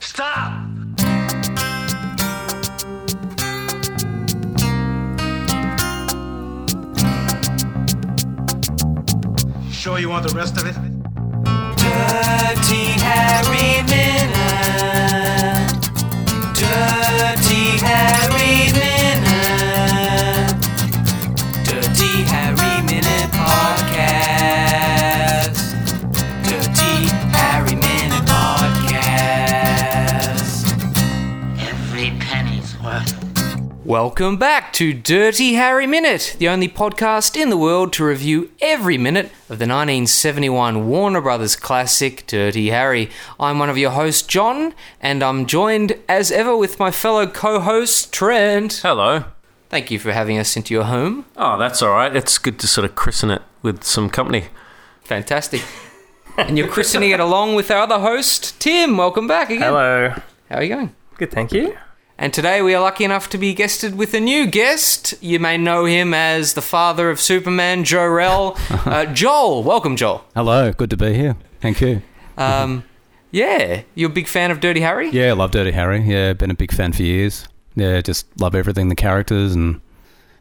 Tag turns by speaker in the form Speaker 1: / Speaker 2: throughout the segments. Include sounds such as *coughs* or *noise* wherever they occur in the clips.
Speaker 1: Stop! Sure you want the rest of it?
Speaker 2: Dirty Harry Minute. Dirty Harry Minute. Dirty Harry Minute Podcast. Dirty Harry Minute Podcast.
Speaker 3: Every penny's worth.
Speaker 2: Welcome back to Dirty Harry Minute, the only podcast in the world to review every minute of the 1971 Warner Brothers classic Dirty Harry. I'm one of your hosts, John, and I'm joined as ever with my fellow co host, Trent.
Speaker 4: Hello.
Speaker 2: Thank you for having us into your home.
Speaker 4: Oh, that's all right. It's good to sort of christen it with some company.
Speaker 2: Fantastic. and you're christening it along with our other host, Tim. Welcome back again.
Speaker 5: Hello.
Speaker 2: How are you going?
Speaker 5: Good, thank you.
Speaker 2: And today we are lucky enough to be guested with a new guest. You may know him as the father of Superman, Jorel. Uh, Joel, welcome, Joel.
Speaker 6: Hello, good to be here. Thank you.
Speaker 2: Um, yeah, you're a big fan of Dirty Harry.
Speaker 6: Yeah, love Dirty Harry. Yeah, been a big fan for years. Yeah, just love everything, the characters and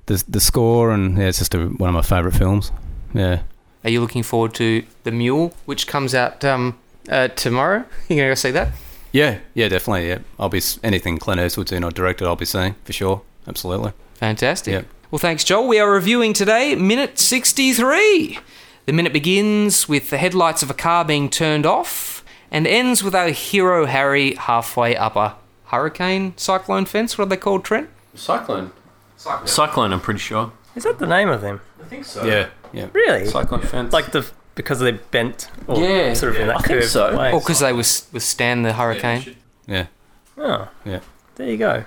Speaker 6: the the score, and yeah, it's just a, one of my favourite films. Yeah,
Speaker 2: Are you looking forward to the Mule, which comes out um, uh, tomorrow? *laughs* You gonna go see that?
Speaker 6: yeah, yeah, definitely. Yeah, I'll be s- anything Clint Eastwood's in or directed, I'll be seeing for sure. Absolutely.
Speaker 2: Fantastic.
Speaker 6: Yep.
Speaker 2: Well, thanks, Joel. We are reviewing today minute 63. The minute begins with the headlights of a car being turned off and ends with our hero Harry halfway up a hurricane cyclone fence. What are they called, Trent?
Speaker 4: Cyclone. Cyclone. Cyclone, I'm pretty sure.
Speaker 5: Is that the name of them?
Speaker 4: I think so.
Speaker 6: Yeah, yeah,
Speaker 5: Really?
Speaker 4: Cyclone fence.
Speaker 5: like the because they're bent or
Speaker 4: Yeah,
Speaker 5: sort of
Speaker 4: yeah.
Speaker 5: in that
Speaker 4: I think
Speaker 5: curved
Speaker 4: so.
Speaker 5: way.
Speaker 2: Or because they was- withstand the hurricane.
Speaker 6: yeah,
Speaker 5: Oh,
Speaker 6: yeah.
Speaker 5: there you go.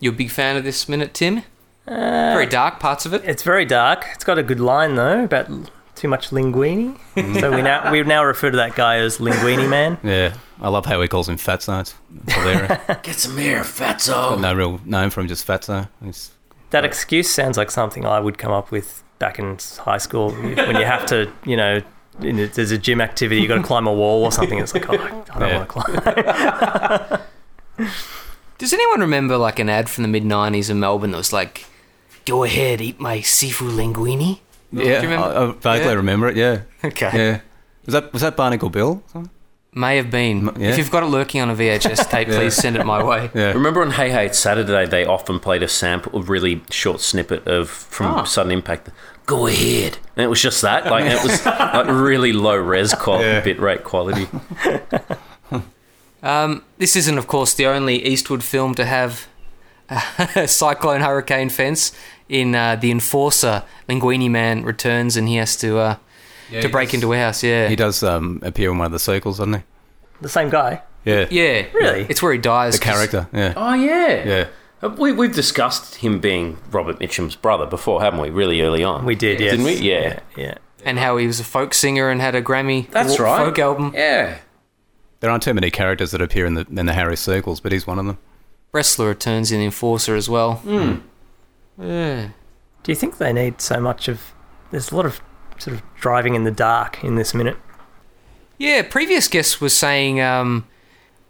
Speaker 2: You're a big fan of this minute, Tim? Very dark parts of it.
Speaker 5: It's very dark. It's got a good line though about l- too much linguini.
Speaker 4: *laughs*
Speaker 5: so we now we now refer to that guy as linguini man.
Speaker 6: Yeah, I love how he calls him Fatso. It's hilarious.
Speaker 2: *laughs*
Speaker 4: Get some air, fatso.
Speaker 6: no real name for him, just Fatso. It's,
Speaker 5: That excuse sounds like something I would come up with back in s- high school when you have to, you know, in a, there's a gym activity, you got to climb a wall or something. It's like, oh, I don't
Speaker 6: Yeah.
Speaker 5: want to climb. *laughs*
Speaker 2: Does anyone remember like an ad from the mid 90s in Melbourne that was like, go ahead, eat my seafood linguine?
Speaker 6: yeah,
Speaker 2: Do you remember-
Speaker 6: I, I vaguely
Speaker 2: Yeah.
Speaker 6: remember it. Yeah,
Speaker 2: Okay.
Speaker 6: yeah. Was that was that Barnacle Bill?
Speaker 2: May have been.
Speaker 6: M- yeah.
Speaker 2: If you've got it lurking on a
Speaker 6: *laughs*
Speaker 2: VHS tape, please send it my way.
Speaker 4: Remember on Hey Hey It's Saturday, they often played a sample, a really short snippet of from Sudden Impact. Go ahead. And it was just that. Like it *laughs* was like really low res qual-
Speaker 6: Yeah.
Speaker 4: bit rate quality.
Speaker 2: Um, This isn't, of course, the only Eastwood film to have a *laughs* cyclone hurricane fence. In uh, The Enforcer, Linguini Man returns and he has to uh, to break into warehouse. Yeah,
Speaker 6: He does um, appear in one of the sequels, doesn't he?
Speaker 5: The same guy.
Speaker 6: Yeah.
Speaker 2: yeah,
Speaker 5: Really?
Speaker 2: It's where he dies.
Speaker 6: The
Speaker 2: 'cause-
Speaker 6: character. Yeah.
Speaker 4: *laughs* Oh yeah.
Speaker 6: Yeah.
Speaker 4: Uh, We, we've discussed him being Robert Mitchum's brother before, haven't we? Really early on.
Speaker 5: We did, yes.
Speaker 4: Didn't we? Yeah.
Speaker 5: Yeah.
Speaker 2: and how he was a folk singer and had a Grammy. folk Folk album.
Speaker 4: Yeah.
Speaker 6: There aren't too many characters that appear in the in the Harry sequels, but he's one of them.
Speaker 2: Wrestler returns in Enforcer as well. Yeah.
Speaker 5: Do you think they need so much of? There's a lot of sort of driving in the dark in this minute.
Speaker 2: Yeah, previous guest was saying um,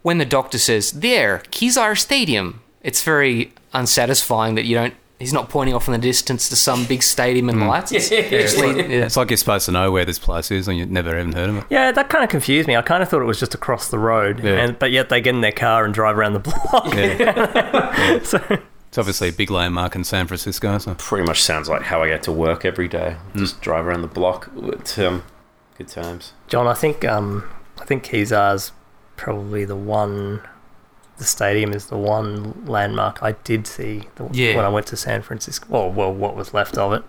Speaker 2: when the doctor says, there, Kizar Stadium, it's very unsatisfying that you don't, he's not pointing off in the distance to some big stadium and lights. It's, it's le- Mm. yeah.
Speaker 6: It's like you're supposed to know where this place is, and you've never even heard of it.
Speaker 5: Yeah, that kind of confused me. I kind of thought it was just across the road,
Speaker 6: Yeah.
Speaker 5: and, but yet they get in their car and drive around the block.
Speaker 6: It's obviously a big landmark in San Francisco. So.
Speaker 4: pretty much sounds like how I get to work every day. Just drive around the block. It's, um, good times.
Speaker 5: *laughs* John, I think um, I think Kizar's probably the one. The stadium is the one landmark I did see the,
Speaker 2: Yeah.
Speaker 5: when I went to San Francisco. Well, well, what was left of it?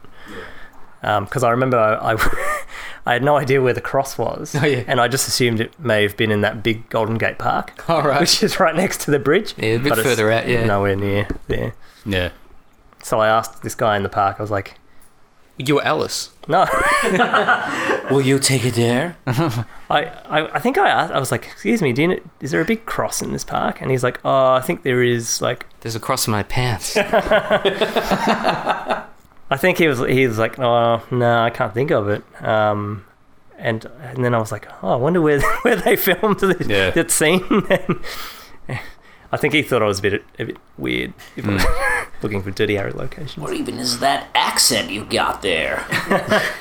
Speaker 5: Because I remember I, *laughs* I, I had no idea where the cross was,
Speaker 2: Oh, yeah.
Speaker 5: and I just assumed it may have been in that big Golden Gate Park.
Speaker 2: All right.
Speaker 5: which is right next to the bridge.
Speaker 2: Yeah, a bit
Speaker 5: but it's
Speaker 2: further out, yeah.
Speaker 5: Nowhere near there.
Speaker 6: Yeah.
Speaker 5: So I asked this guy in the park, I was like,
Speaker 2: You're Alice.
Speaker 5: no. *laughs*
Speaker 4: Will you take it there?
Speaker 5: I, I, I think I asked, I was like, excuse me, do you know, is there a big cross in this park? And he's like, oh, I think there is, like,
Speaker 2: There's a cross in my *laughs* pants.
Speaker 5: I think he was, he was like, oh, no, I can't think of it. Um, and, *laughs* and then I was like, oh, I wonder where, where they filmed this,
Speaker 6: Yeah.
Speaker 5: that scene. *laughs* and, I think he thought I was a bit a bit weird if I was *laughs* looking for Dirty Harry locations.
Speaker 7: What even is that accent you got there?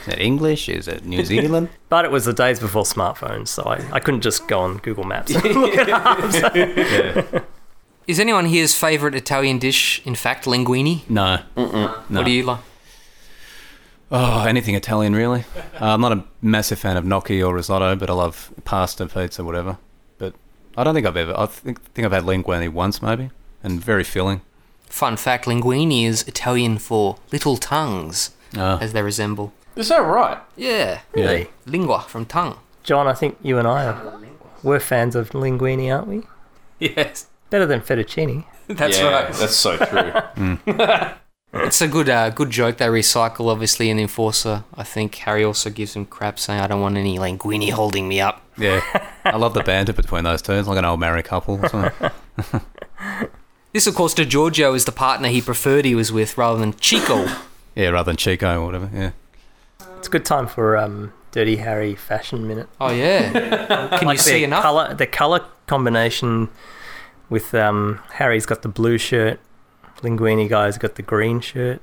Speaker 6: Is it English? Is it *laughs* New Zealand?
Speaker 5: But it was the days before smartphones, so I, I couldn't just go on Google Maps.
Speaker 2: Is anyone here's favourite Italian dish, in fact, linguine?
Speaker 6: no.
Speaker 2: What do you like?
Speaker 6: Oh, anything Italian, really. Uh, I'm not a massive fan of gnocchi or risotto, but I love pasta, pizza, whatever. But I don't think I've ever. I think, think I've had linguine once, maybe, and very filling.
Speaker 2: Fun fact linguine is Italian for little tongues,
Speaker 6: Ah.
Speaker 2: as they resemble.
Speaker 8: Is that right?
Speaker 2: Yeah.
Speaker 6: Yeah.
Speaker 2: Lingua from tongue.
Speaker 5: John, I think you and I are, we're fans of linguine, aren't we?
Speaker 2: Yes. *laughs*
Speaker 5: Better than fettuccine.
Speaker 2: That's
Speaker 8: yeah,
Speaker 2: right.
Speaker 8: That's so true.
Speaker 2: It's a good uh, good joke they recycle, obviously, in Enforcer. I think Harry also gives him crap saying, I don't want any linguine holding me up.
Speaker 6: *laughs* Yeah. I love the banter between those two. It's like an old married couple. Or *laughs* something.
Speaker 2: This, of course, to Giorgio is the partner he preferred he was with rather than *laughs* Chico.
Speaker 6: yeah, rather than Chico or whatever. Yeah.
Speaker 5: It's a good time for um, Dirty Harry Fashion Minute.
Speaker 2: oh, yeah. Can you see
Speaker 5: the
Speaker 2: enough?
Speaker 5: Color, the color combination with um, Harry's got the blue shirt, Linguini guy's got the green shirt,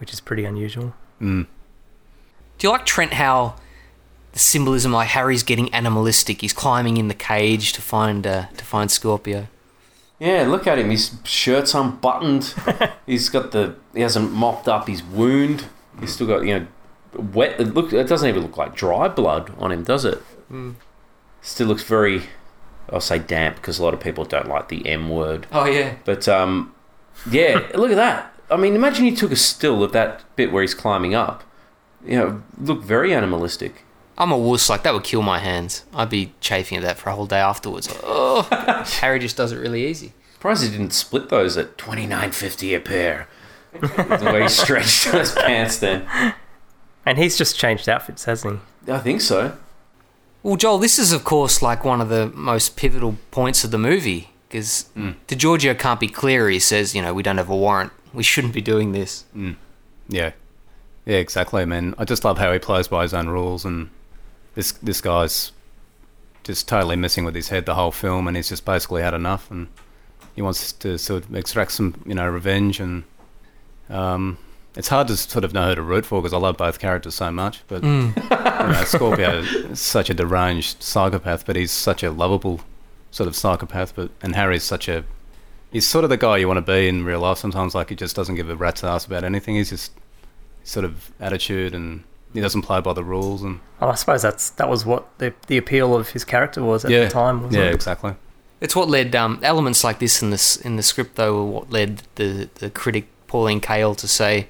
Speaker 5: which is pretty unusual.
Speaker 2: Do you like Trent how the symbolism like Harry's getting animalistic? He's climbing in the cage to find uh, to find Scorpio.
Speaker 4: *laughs* Yeah, look at him. His shirt's *laughs* unbuttoned. he's got the. He hasn't mopped up his wound. He's still got you know, wet. It look. It doesn't even look like dry blood on him, does it? Mm. Still looks very. I'll say damp because a lot of people don't like the M word.
Speaker 2: Oh yeah.
Speaker 4: But um, yeah, *laughs* look at that. I mean, imagine you took a still of that bit where he's climbing up. You know, look very animalistic.
Speaker 2: I'm a wuss. Like that would kill my hands. I'd be chafing at that for a whole day *laughs* afterwards. Oh, Harry just does it really easy.
Speaker 4: Surprised he didn't split those at twenty nine fifty a pair. *laughs* the way he stretched *laughs* those pants then.
Speaker 5: And he's just changed outfits, hasn't he?
Speaker 4: I think so. *laughs*
Speaker 2: Well, Joel, this is of course like one of the most pivotal points of the movie because DiGiorgio can't be clear. He says, you know, we don't have a warrant. We shouldn't be doing this.
Speaker 6: Yeah. Yeah, exactly, man. I just love how he plays by his own rules and this this guy's just totally messing with his head the whole film and he's just basically had enough and he wants to sort of extract some, you know, revenge and um it's hard to sort of know who to root for because I love both characters so much, but you know, Scorpio is such a deranged psychopath, but he's such a lovable sort of psychopath. But and Harry's such a he's sort of the guy you want to be in real life. Sometimes like he just doesn't give a rat's ass about anything. He's just sort of attitude and he doesn't play by the rules and
Speaker 5: And Oh, I suppose that's that was what the, the appeal of his character was at the time. Wasn't
Speaker 6: yeah,
Speaker 5: it?
Speaker 6: exactly.
Speaker 2: It's what led um, elements like this in this in the script though were what led the the critic Pauline Kael to say,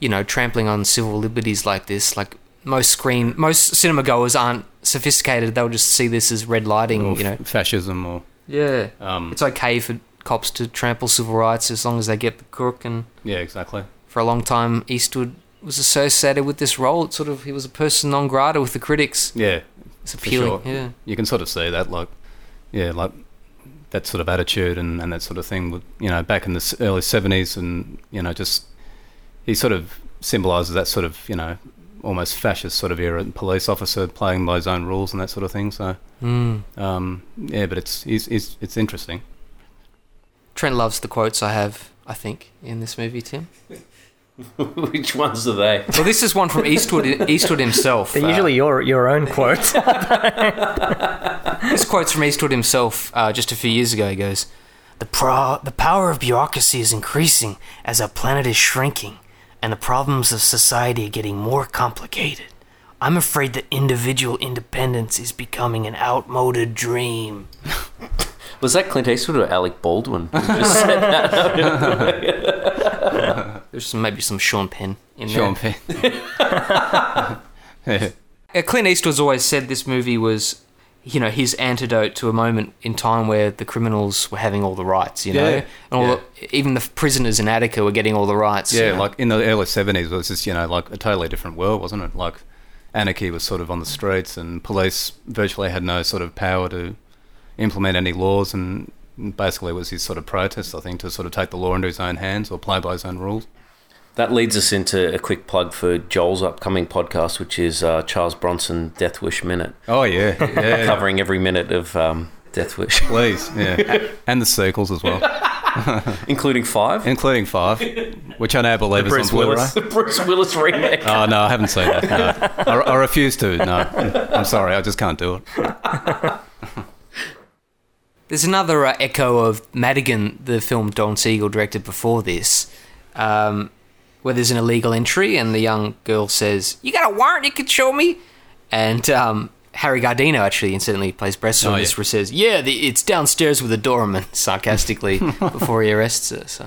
Speaker 2: you know, trampling on civil liberties like this, like most screen most cinema goers aren't sophisticated. They'll just see this as red lighting,
Speaker 6: Or
Speaker 2: you know.
Speaker 6: f- fascism or
Speaker 2: Yeah,
Speaker 6: um,
Speaker 2: it's okay for cops to trample civil rights as long as they get the crook. And
Speaker 6: yeah, exactly.
Speaker 2: for a long time, Eastwood was associated with this role. It sort of he was a person non grata with the critics.
Speaker 6: Yeah,
Speaker 2: It's
Speaker 6: for
Speaker 2: appealing.
Speaker 6: sure.
Speaker 2: Yeah.
Speaker 6: you can sort of see that, like, yeah, like that sort of attitude and, and that sort of thing. With you know, back in the s- early seventies, and you know, just he sort of symbolises that sort of you know almost fascist sort of era, police officer playing by his own rules and that sort of thing. So,
Speaker 2: Mm.
Speaker 6: um, yeah, but it's, it's it's it's interesting.
Speaker 2: Trent loves the quotes I have. I think in this movie, Tim.
Speaker 4: Which ones are they?
Speaker 2: Well, this is one from Eastwood *laughs* Eastwood himself.
Speaker 5: They're
Speaker 2: Uh,
Speaker 5: usually your your own quotes.
Speaker 2: Uh, this quote's from Eastwood himself uh, just a few years ago. He goes, the, pro- the power of bureaucracy is increasing as our planet is shrinking, and the problems of society are getting more complicated. I'm afraid that individual independence is becoming an outmoded dream.
Speaker 4: Was that Clint Eastwood or Alec Baldwin? who just *laughs* said that?
Speaker 2: There's some, maybe some Sean Penn in there.
Speaker 6: Sean Penn. *laughs* yeah.
Speaker 2: Uh, Clint Eastwood's always said this movie was, you know, his antidote to a moment in time where the criminals were having all the rights, you know,
Speaker 6: Yeah,
Speaker 2: and all the, even the prisoners in Attica were getting all the rights. you
Speaker 6: Yeah,
Speaker 2: know?
Speaker 6: like in the early seventies, it was just you know like a totally different world, wasn't it? Like anarchy was sort of on the streets, and police virtually had no sort of power to implement any laws, and basically it was his sort of protest, I think, to sort of take the law into his own hands or play by his own rules.
Speaker 4: That leads us into a quick plug for Joel's upcoming podcast, which is uh, Charles Bronson Death Wish Minute,
Speaker 6: Oh *laughs* yeah, yeah,
Speaker 4: covering every minute of um, Death Wish, *laughs*
Speaker 6: Please, yeah, and the sequels as well,
Speaker 4: including five.
Speaker 6: including five, which I now believe is
Speaker 5: Bruce
Speaker 6: on Blu-ray.
Speaker 5: Willis.
Speaker 4: the Bruce Willis Uh, remake.
Speaker 6: Oh no, I haven't seen that. No. I, I refuse to. No, I'm sorry, I just can't do it.
Speaker 2: There's another uh, echo of Madigan, the film Don Siegel directed before this, um, where there's an illegal entry and the young girl says, "You got a warrant? You can show me." And um, Harry Gardino actually, incidentally, plays breast on
Speaker 6: Oh,
Speaker 2: this,
Speaker 6: yeah.
Speaker 2: where says, "Yeah, the, it's downstairs with the doorman," *laughs* sarcastically before he arrests her. So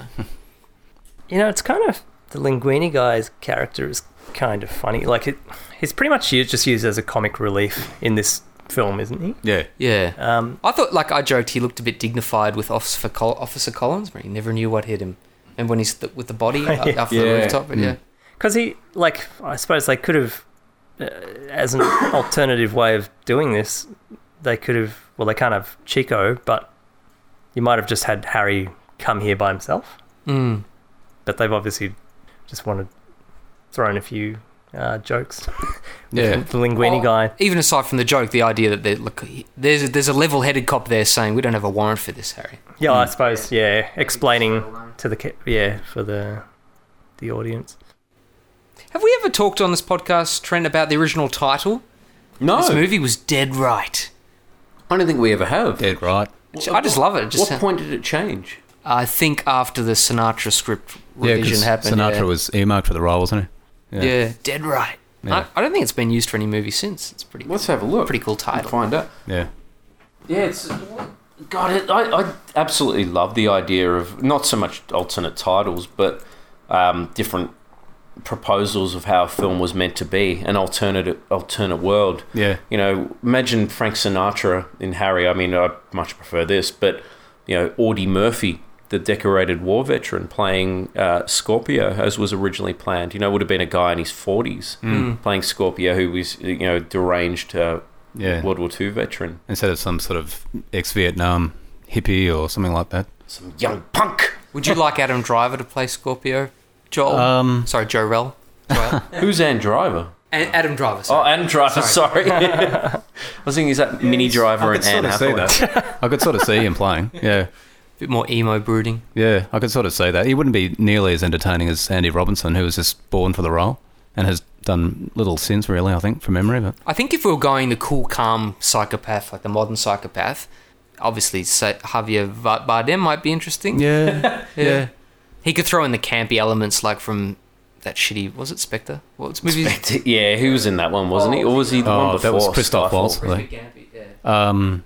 Speaker 5: You know, it's kind of the Linguini guy's character is kind of funny. Like it, he's pretty much used, just used as a comic relief in this film, isn't he?
Speaker 6: Yeah,
Speaker 2: yeah,
Speaker 5: Um,
Speaker 2: I thought like I joked he looked a bit dignified with Officer, Col- Officer Collins, but he never knew what hit him. And when he's th- with the body up up the
Speaker 4: Yeah.
Speaker 2: rooftop, but yeah.
Speaker 5: because he like i suppose they could have uh, as an *coughs* alternative way of doing this they could have well they can't have chico but you might have just had harry come here by himself
Speaker 2: Mm.
Speaker 5: but they've obviously just wanted thrown a few uh, jokes
Speaker 6: yeah.
Speaker 5: the linguini
Speaker 2: Oh,
Speaker 5: guy
Speaker 2: Even aside from the joke, the idea that they, look, there's there's a level-headed cop there saying we don't have a warrant for this, Harry.
Speaker 5: yeah
Speaker 4: Hmm.
Speaker 5: i suppose yeah explaining to the ca- yeah for the the audience
Speaker 2: Have we ever talked on this podcast, Trent, about the original title?
Speaker 4: *laughs* no,
Speaker 6: Oh.
Speaker 2: This movie was dead right.
Speaker 4: I don't think we ever have.
Speaker 6: Dead right.
Speaker 2: I just love it. It Just
Speaker 4: what point did it change?
Speaker 2: I think after the Sinatra script
Speaker 6: Yeah,
Speaker 2: revision
Speaker 6: because
Speaker 2: happened,
Speaker 6: Sinatra
Speaker 2: yeah.
Speaker 6: was earmarked for the role, wasn't he?
Speaker 2: yeah. dead right.
Speaker 6: Yeah.
Speaker 2: I, I don't think it's been used for any movie since. It's pretty.
Speaker 4: Let's have a look.
Speaker 2: Pretty cool title.
Speaker 4: And Find out.
Speaker 6: yeah.
Speaker 4: Yeah, it's God. It, I, I absolutely love the idea of not so much alternate titles, but um, different proposals of how a film was meant to be an alternate alternate world.
Speaker 6: Yeah.
Speaker 4: You know, imagine Frank Sinatra in Harry. I mean, I much prefer this, but you know, Audie Murphy, the decorated war veteran, playing uh, Scorpio as was originally planned. You know, would have been a guy in his forties
Speaker 6: Hmm.
Speaker 4: playing Scorpio, who was you know deranged uh,
Speaker 6: Yeah.
Speaker 4: World War II veteran.
Speaker 6: Instead of some sort of ex-Vietnam hippie or something like that.
Speaker 4: Some young punk.
Speaker 2: Would you like Adam Driver to play Scorpio? Joel,
Speaker 6: Um,
Speaker 2: sorry, Joe Rell.
Speaker 4: Who's Ann Driver?
Speaker 2: And Adam Driver.
Speaker 4: Oh,
Speaker 2: Sorry.
Speaker 4: Ann Driver. *laughs* Sorry, I was thinking is that Mini Driver and Anne Hathaway?
Speaker 6: that. I could sort of see
Speaker 4: *laughs*
Speaker 6: him playing. Yeah.
Speaker 2: A bit more emo brooding.
Speaker 6: Yeah, I could sort of see that. He wouldn't be nearly as entertaining as Andy Robinson, who was just born for the role and has done little sins, really, I think, from memory. But
Speaker 2: I think if we were going the cool, calm psychopath, like the modern psychopath, obviously say, Javier Va- Bardem might be interesting.
Speaker 6: Yeah. yeah.
Speaker 2: He could throw in the campy elements, like from that shitty, was it Spectre? What's movie?
Speaker 4: *laughs* Yeah, he was in that one, wasn't he? Or was
Speaker 6: *laughs*
Speaker 4: he the one
Speaker 6: Oh,
Speaker 4: before?
Speaker 6: that was Christoph
Speaker 4: Skyfall?
Speaker 6: Waltz. I think. Um,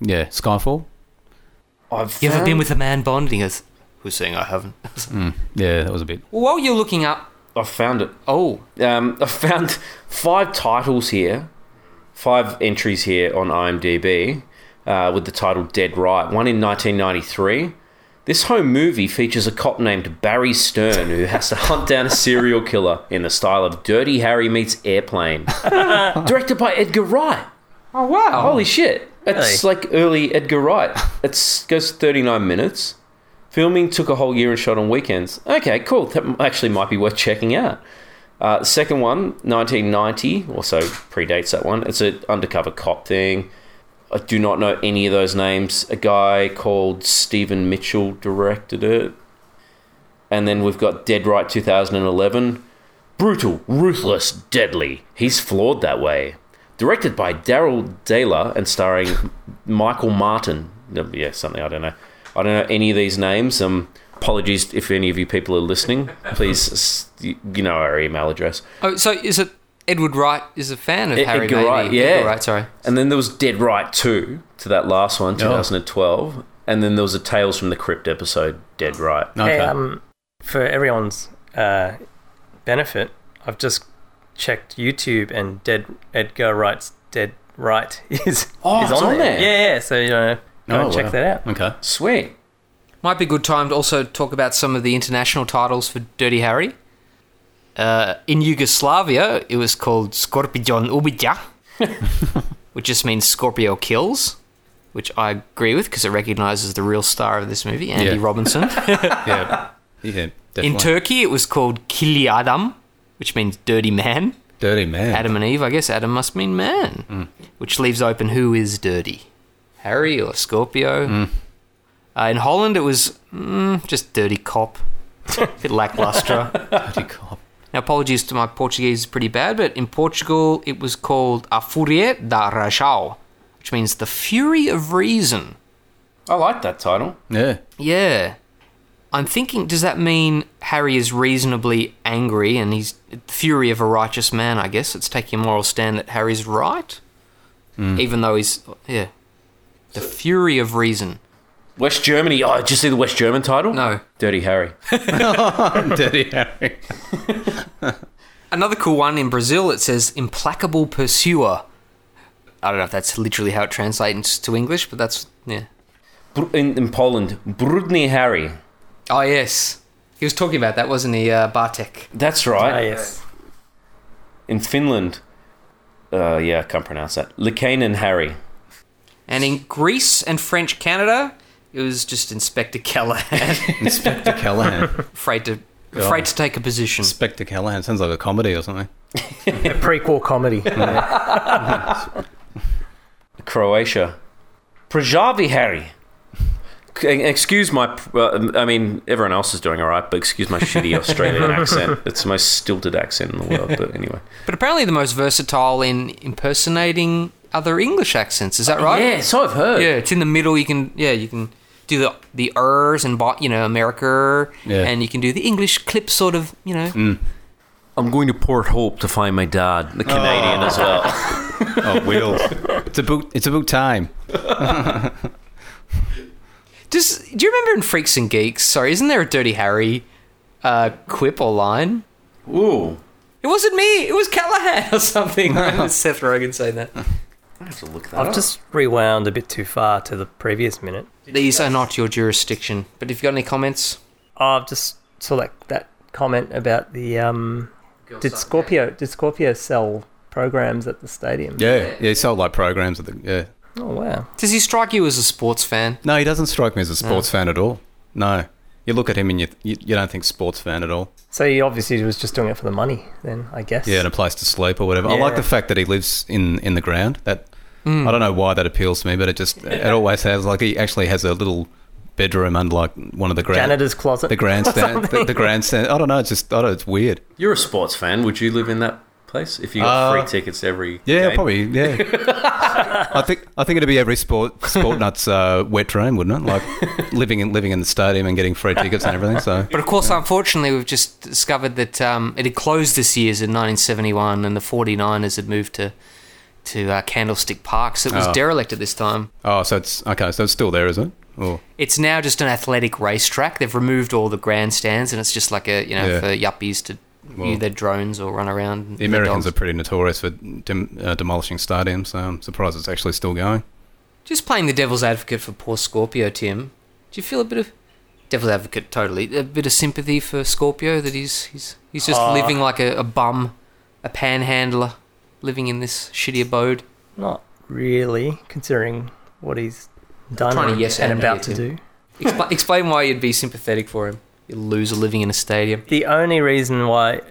Speaker 6: yeah, Skyfall.
Speaker 4: I've
Speaker 2: You ever
Speaker 4: found-
Speaker 2: been with a man Bond? And he goes, Who's saying I haven't? *laughs*
Speaker 6: Yeah, that was a bit.
Speaker 2: well, while you're looking up,
Speaker 4: I found it.
Speaker 2: oh,
Speaker 4: Um, *laughs* I found five titles here, five entries here on IMDb uh, with the title Dead Right. One in 1993. This home movie features a cop named Barry Stern who has to hunt down a serial killer in the style of Dirty Harry meets Airplane. *laughs* Directed by Edgar Wright.
Speaker 2: oh wow,
Speaker 4: Holy shit. That's
Speaker 5: Really?
Speaker 4: like early Edgar Wright. It goes 39 minutes. Filming took a whole year and shot on weekends. Okay, cool. That m- actually might be worth checking out. Uh, second one, 1990, also predates that one. It's an undercover cop thing. I do not know any of those names. A guy called Stephen Mitchell directed it. And then we've got Dead Right 2011. Brutal, ruthless, deadly. He's flawed that way. Directed by Daryl Daler and starring *laughs* Michael Martin. Um, Yeah, something I don't know. I don't know any of these names. Um, apologies if any of you people are listening. Please, s- you you know our email address.
Speaker 2: oh, so is it Edward Wright is a fan of
Speaker 4: E-
Speaker 2: Harry?
Speaker 4: Edgar
Speaker 2: maybe?
Speaker 4: Wright, yeah.
Speaker 2: Edgar Wright, sorry.
Speaker 4: And then there was Dead Right 2 to that last one, 2012. And then there was a Tales from the Crypt episode, Dead Right.
Speaker 6: Okay.
Speaker 5: Hey, um, for everyone's uh, benefit, I've just checked YouTube and Dead Edgar Wright's Dead Right *laughs* is
Speaker 4: Oh,
Speaker 5: is
Speaker 4: it's on there.
Speaker 5: Yeah, yeah. So you know, go
Speaker 6: Oh,
Speaker 5: and check
Speaker 6: wow.
Speaker 5: that out.
Speaker 6: Okay.
Speaker 4: Sweet.
Speaker 2: Might be a good time to also talk about some of the international titles for Dirty Harry. Uh, in Yugoslavia, it was called Scorpion Ubija, which just means Scorpio Kills, which I agree with because it recognizes the real star of this movie, Andy
Speaker 6: Yeah.
Speaker 2: Robinson.
Speaker 6: Yeah. yeah, definitely.
Speaker 2: in Turkey, it was called Kili Adam, which means dirty man.
Speaker 6: Dirty man.
Speaker 2: Adam and Eve, I guess Adam must mean man, which leaves open who is dirty. Harry or Scorpio. Uh, in Holland, it was mm, just Dirty Cop. A bit lackluster.
Speaker 6: Bloody cop.
Speaker 2: now, apologies to my Portuguese is pretty bad, but in Portugal, it was called A Furia da Razão, which means the Fury of Reason.
Speaker 4: I like that title.
Speaker 6: Yeah.
Speaker 2: Yeah. I'm thinking, does that mean Harry is reasonably angry and he's the fury of a righteous man, I guess? It's taking a moral stand that Harry's right? Even though he's, yeah. The fury of reason.
Speaker 4: West Germany. Oh, did you see the West German title?
Speaker 2: No.
Speaker 4: Dirty Harry.
Speaker 6: Dirty Harry.
Speaker 2: Another cool one in Brazil, it says implacable pursuer. I don't know if that's literally how it translates to English, but that's, yeah.
Speaker 4: Br- In, in Poland, Brudny Harry.
Speaker 2: Oh, yes. He was talking about that, wasn't he, uh, Bartek?
Speaker 4: That's right.
Speaker 5: Ah, yes.
Speaker 4: In Finland, uh, yeah, I can't pronounce that. Likanen Harry.
Speaker 2: And in Greece and French Canada, it was just Inspector *laughs* Callahan.
Speaker 6: Inspector Callahan.
Speaker 2: afraid to afraid to take a position.
Speaker 6: Inspector Callahan eh? sounds like a comedy or something.
Speaker 5: A
Speaker 4: *laughs*
Speaker 5: prequel comedy.
Speaker 4: Croatia. Prajavi Harry. C- e-, Excuse my. pr- Uh, I mean, everyone else is doing all right, but excuse my shitty Australian accent. It's the most stilted accent in the world, but anyway.
Speaker 2: But apparently, the most versatile in impersonating other English accents. Is that right?
Speaker 4: Yeah, so I've heard.
Speaker 2: Yeah, it's in the middle. You can yeah, you can do the the ers and bo- you know America,
Speaker 6: Yeah.
Speaker 2: and you can do the English clip sort of you know.
Speaker 4: I'm going to Port Hope to find my dad, the Canadian as well.
Speaker 6: Oh, Will. *laughs* it's about it's about time.
Speaker 2: Just do you remember in Freaks and Geeks? Sorry, isn't there a Dirty Harry uh, quip or line?
Speaker 4: Ooh.
Speaker 2: It wasn't me. It was Callahan or something. I remember Seth Rogen saying that.
Speaker 4: I have to look that
Speaker 5: I've
Speaker 4: up.
Speaker 5: just rewound a bit too far to the previous minute.
Speaker 2: These are not your jurisdiction. But if you got any comments,
Speaker 5: I've just saw that that comment about the um. Did Scorpio did Scorpio sell programs at the stadium?
Speaker 6: Yeah. Yeah, he sold like programs at the yeah.
Speaker 5: Oh wow.
Speaker 2: does he strike you as a sports fan?
Speaker 6: No, he doesn't strike me as a sports fan at all. No. You look at him and you, you you don't think sports fan at all.
Speaker 5: So he obviously was just doing it for the money, then I guess.
Speaker 6: Yeah, and a place to sleep or whatever. I like
Speaker 5: Yeah.
Speaker 6: the fact that he lives in in the ground. That I don't know why that appeals to me, but it just it always has like he actually has a little bedroom under like one of the grand
Speaker 5: Janitor's closet.
Speaker 6: the grandstand the, the grandstand. I don't know. It's just I don't. It's weird.
Speaker 4: You're a sports fan. Would you live in that place if you got free tickets to every?
Speaker 6: Yeah,
Speaker 4: game?
Speaker 6: probably. Yeah. I think I think it'd be every sport sport nuts uh, wet dream, wouldn't it? Like living in living in the stadium and getting free tickets and everything. So
Speaker 2: But of course, unfortunately, we've just discovered that um, it had closed this year's in 1971 and the 49ers had moved to to uh, Candlestick Park, so it was
Speaker 6: Oh.
Speaker 2: derelict at this time.
Speaker 6: oh, so it's okay. So it's still there, is it? Or
Speaker 2: It's now just an athletic racetrack. They've removed all the grandstands and it's just like a, you know,
Speaker 6: Yeah.
Speaker 2: for yuppies to view
Speaker 6: Well,
Speaker 2: their drones or run around.
Speaker 6: the Americans are pretty notorious for dem- uh, demolishing stadiums. So I'm surprised it's actually still going.
Speaker 2: Just playing the devil's advocate for poor Scorpio, Tim. Do you feel a bit of. Devil's advocate, totally. A bit of sympathy for Scorpio that he's he's he's just living like a, a bum, a panhandler, living in this shitty abode.
Speaker 5: Not really, considering what he's done
Speaker 2: Trying to
Speaker 5: and,
Speaker 2: yes
Speaker 5: and
Speaker 2: and
Speaker 5: about
Speaker 2: yes,
Speaker 5: to
Speaker 2: yeah.
Speaker 5: do.
Speaker 2: Expl- *laughs* explain why you'd be sympathetic for him. You loser living in a stadium.
Speaker 5: The only reason why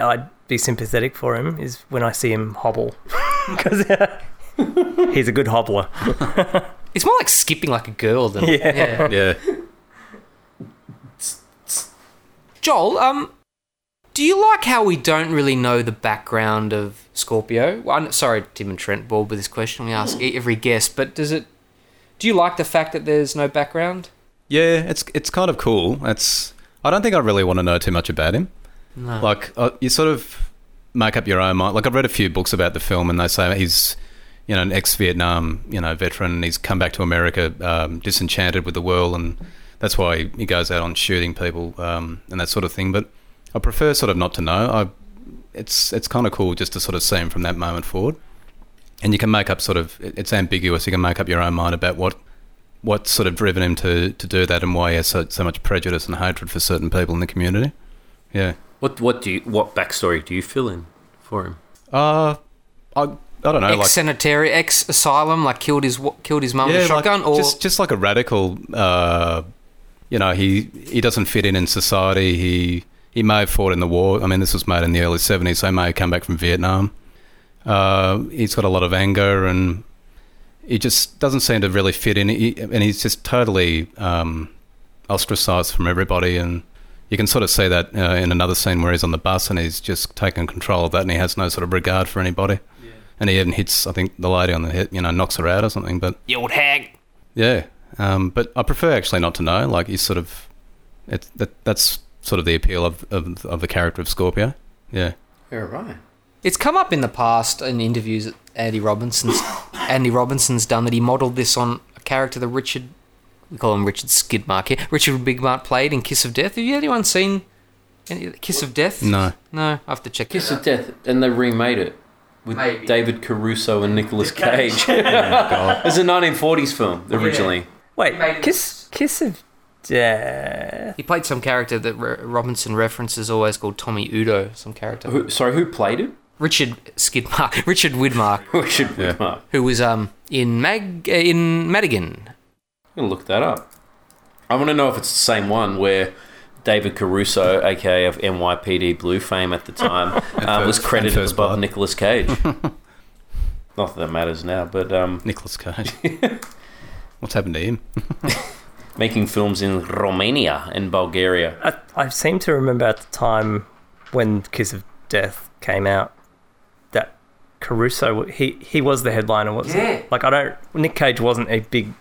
Speaker 5: I'd be sympathetic for him is when I see him hobble, *laughs* because
Speaker 2: *laughs*
Speaker 5: he's a good hobbler.
Speaker 2: It's more like skipping like a girl than
Speaker 5: Yeah.
Speaker 6: Yeah.
Speaker 2: Joel, um, do you like how we don't really know the background of Scorpio? Well, I'm sorry, Tim and Trent, bored with this question. We ask e- every guest, but does it? Do you like the fact that there's no background?
Speaker 6: Yeah, it's it's kind of cool. It's I don't think I really want to know too much about him.
Speaker 2: No.
Speaker 6: Like uh, you sort of make up your own mind. Like I've read a few books about the film, and they say he's you know an ex-Vietnam you know veteran, and he's come back to America um, disenchanted with the world, and that's why he, he goes out on shooting people um, and that sort of thing. But I prefer sort of not to know. I it's it's kind of cool just to sort of see him from that moment forward, and you can make up sort of it- it's ambiguous. You can make up your own mind about what what's sort of driven him to, to do that and why he has so, so much prejudice and hatred for certain people in the community. Yeah.
Speaker 4: What what do you what backstory do you fill in for him?
Speaker 6: Uh, I, I don't know.
Speaker 2: Ex
Speaker 6: like,
Speaker 2: sanitary, ex asylum, like killed his wa- killed his mum
Speaker 6: yeah,
Speaker 2: with a
Speaker 6: like,
Speaker 2: shotgun, or
Speaker 6: just, just like a radical, uh, you know, he, he doesn't fit in in society. He, he may have fought in the war. I mean, this was made in the early 70s. So he may have come back from Vietnam. Uh, he's got a lot of anger and he just doesn't seem to really fit in, he, and he's just totally um, ostracized from everybody. And you can sort of see that uh, in another scene where he's on the bus and he's just taken control of that, and he has no sort of regard for anybody. And he even hits, I think, the lady on the head, you know, knocks her out or something. But
Speaker 2: You old hag.
Speaker 6: yeah, um, but I prefer actually not to know. Like he's sort of, it's that that's sort of the appeal of, of of the character of Scorpio. Yeah,
Speaker 4: Yeah, right.
Speaker 2: It's come up in the past in interviews that Andy
Speaker 4: *coughs*
Speaker 2: Robinson's Andy Robinson's done that he modelled this on a character that Richard we call him Richard Skidmark here. Richard Bigmark played in Kiss of Death. Have you anyone seen any, Kiss of Death?
Speaker 6: no,
Speaker 2: No, I have to check
Speaker 4: Kiss
Speaker 2: this.
Speaker 4: of Death, and they remade it with
Speaker 2: Maybe.
Speaker 4: David Caruso and Nicolas Cage. it's a 1940s film originally.
Speaker 5: Wait,
Speaker 2: Made
Speaker 5: kiss, kiss of death.
Speaker 2: He played some character that Re- Robinson references always called Tommy Udo, some character.
Speaker 4: Who, sorry, who played it? *laughs*
Speaker 2: Richard Skidmark, *laughs* Richard Widmark,
Speaker 4: Richard Widmark. I'm
Speaker 2: who was um in Mag uh, in Madigan.
Speaker 4: gonna look that up. I want to know if it's the same one where David Caruso, aka of NYPD Blue fame *laughs* at the time, uh, was
Speaker 6: first-
Speaker 4: credited
Speaker 6: and first
Speaker 4: above
Speaker 6: blood.
Speaker 4: Nicolas *laughs* Cage. Not that that matters now, but um,
Speaker 6: Nicholas
Speaker 5: *laughs*
Speaker 6: Cage. What's happened to him?
Speaker 4: making films in Romania and Bulgaria.
Speaker 5: I, I seem to remember at the time when Kiss of Death came out that Caruso he he was the headliner, wasn't
Speaker 2: Yeah.
Speaker 5: he? Like I don't Nick Cage wasn't a big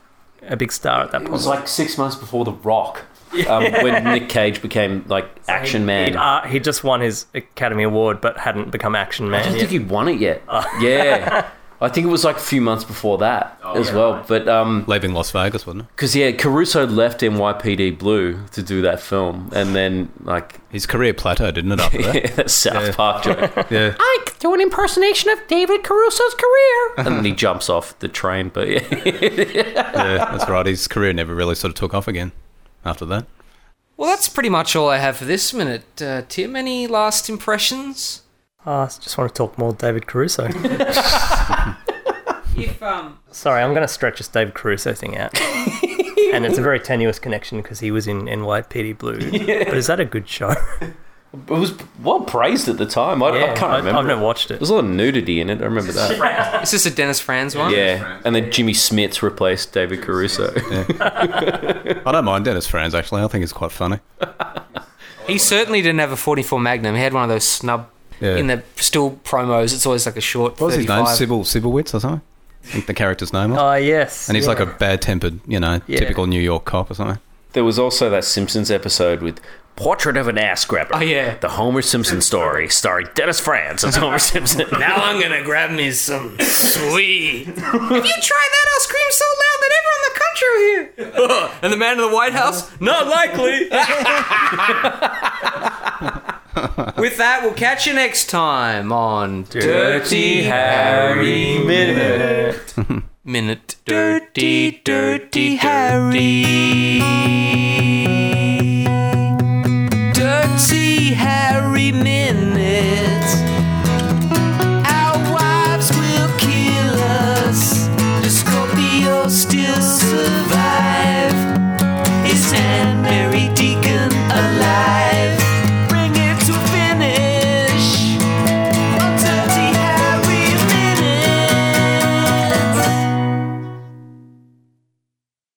Speaker 5: a big star at that
Speaker 4: It
Speaker 5: point.
Speaker 4: was like six months before The Rock, um, when Nick Cage became like Action Man.
Speaker 5: He'd, uh, he just won his Academy Award but hadn't become Action
Speaker 4: I
Speaker 5: Man
Speaker 4: don't
Speaker 5: yet.
Speaker 4: think he won it *laughs* yet. yeah. I think it was like a few months before that as well. But um
Speaker 6: Leaving Las Vegas, wasn't it?
Speaker 4: 'cause because yeah, Caruso left NYPD Blue to do that film, and then like *laughs*
Speaker 6: His career plateaued, didn't it? After
Speaker 5: *laughs*
Speaker 6: that,
Speaker 4: yeah, that's South Park
Speaker 6: *laughs*
Speaker 4: joke,
Speaker 6: yeah.
Speaker 4: do an impersonation of David Caruso's career, and then he jumps off the train. But yeah, *laughs*
Speaker 6: yeah, that's right. His career never really sort of took off again after that.
Speaker 2: Well, that's pretty much all I have for this minute. Uh, Tim, any last impressions?
Speaker 5: Ah, I just want to talk more David Caruso.
Speaker 2: If um,
Speaker 5: Sorry, I'm going to stretch this David Caruso thing out. and it's a very tenuous connection because he was in NYPD Blue. But is that a good show?
Speaker 4: it was well praised at the time. I, I can't remember.
Speaker 5: have never watched it.
Speaker 4: There's a lot of nudity in it. I remember that.
Speaker 2: is this a Dennis Franz one?
Speaker 4: Yeah, and then Jimmy Smits replaced David Caruso.
Speaker 6: I don't mind Dennis Franz actually. I think it's quite funny.
Speaker 2: He certainly didn't have a 44 Magnum. He had one of those snub
Speaker 6: Yeah.
Speaker 2: in the still promos. It's always like a short.
Speaker 6: What was his
Speaker 2: 35.
Speaker 6: name? Sybil Sybilwitz or something? I think the character's name was.
Speaker 5: Oh, yes.
Speaker 6: and he's
Speaker 5: yeah.
Speaker 6: like a bad-tempered, you know,
Speaker 5: Yeah.
Speaker 6: typical New York cop or something.
Speaker 4: There was also that Simpsons episode with Portrait of an Ass Grabber.
Speaker 2: Oh, yeah.
Speaker 4: The Homer Simpson story starring Dennis Franz as Homer
Speaker 2: *laughs*
Speaker 4: Simpson. now
Speaker 2: I'm gonna grab me
Speaker 6: *laughs*
Speaker 2: some sweet. if you try that, I'll scream so loud that everyone in the country will hear. *laughs* and the man in the White House? Not
Speaker 6: *laughs*
Speaker 2: likely. With that, we'll catch you next time on Dirty Harry Minute. Minute. Dirty, Dirty Harry.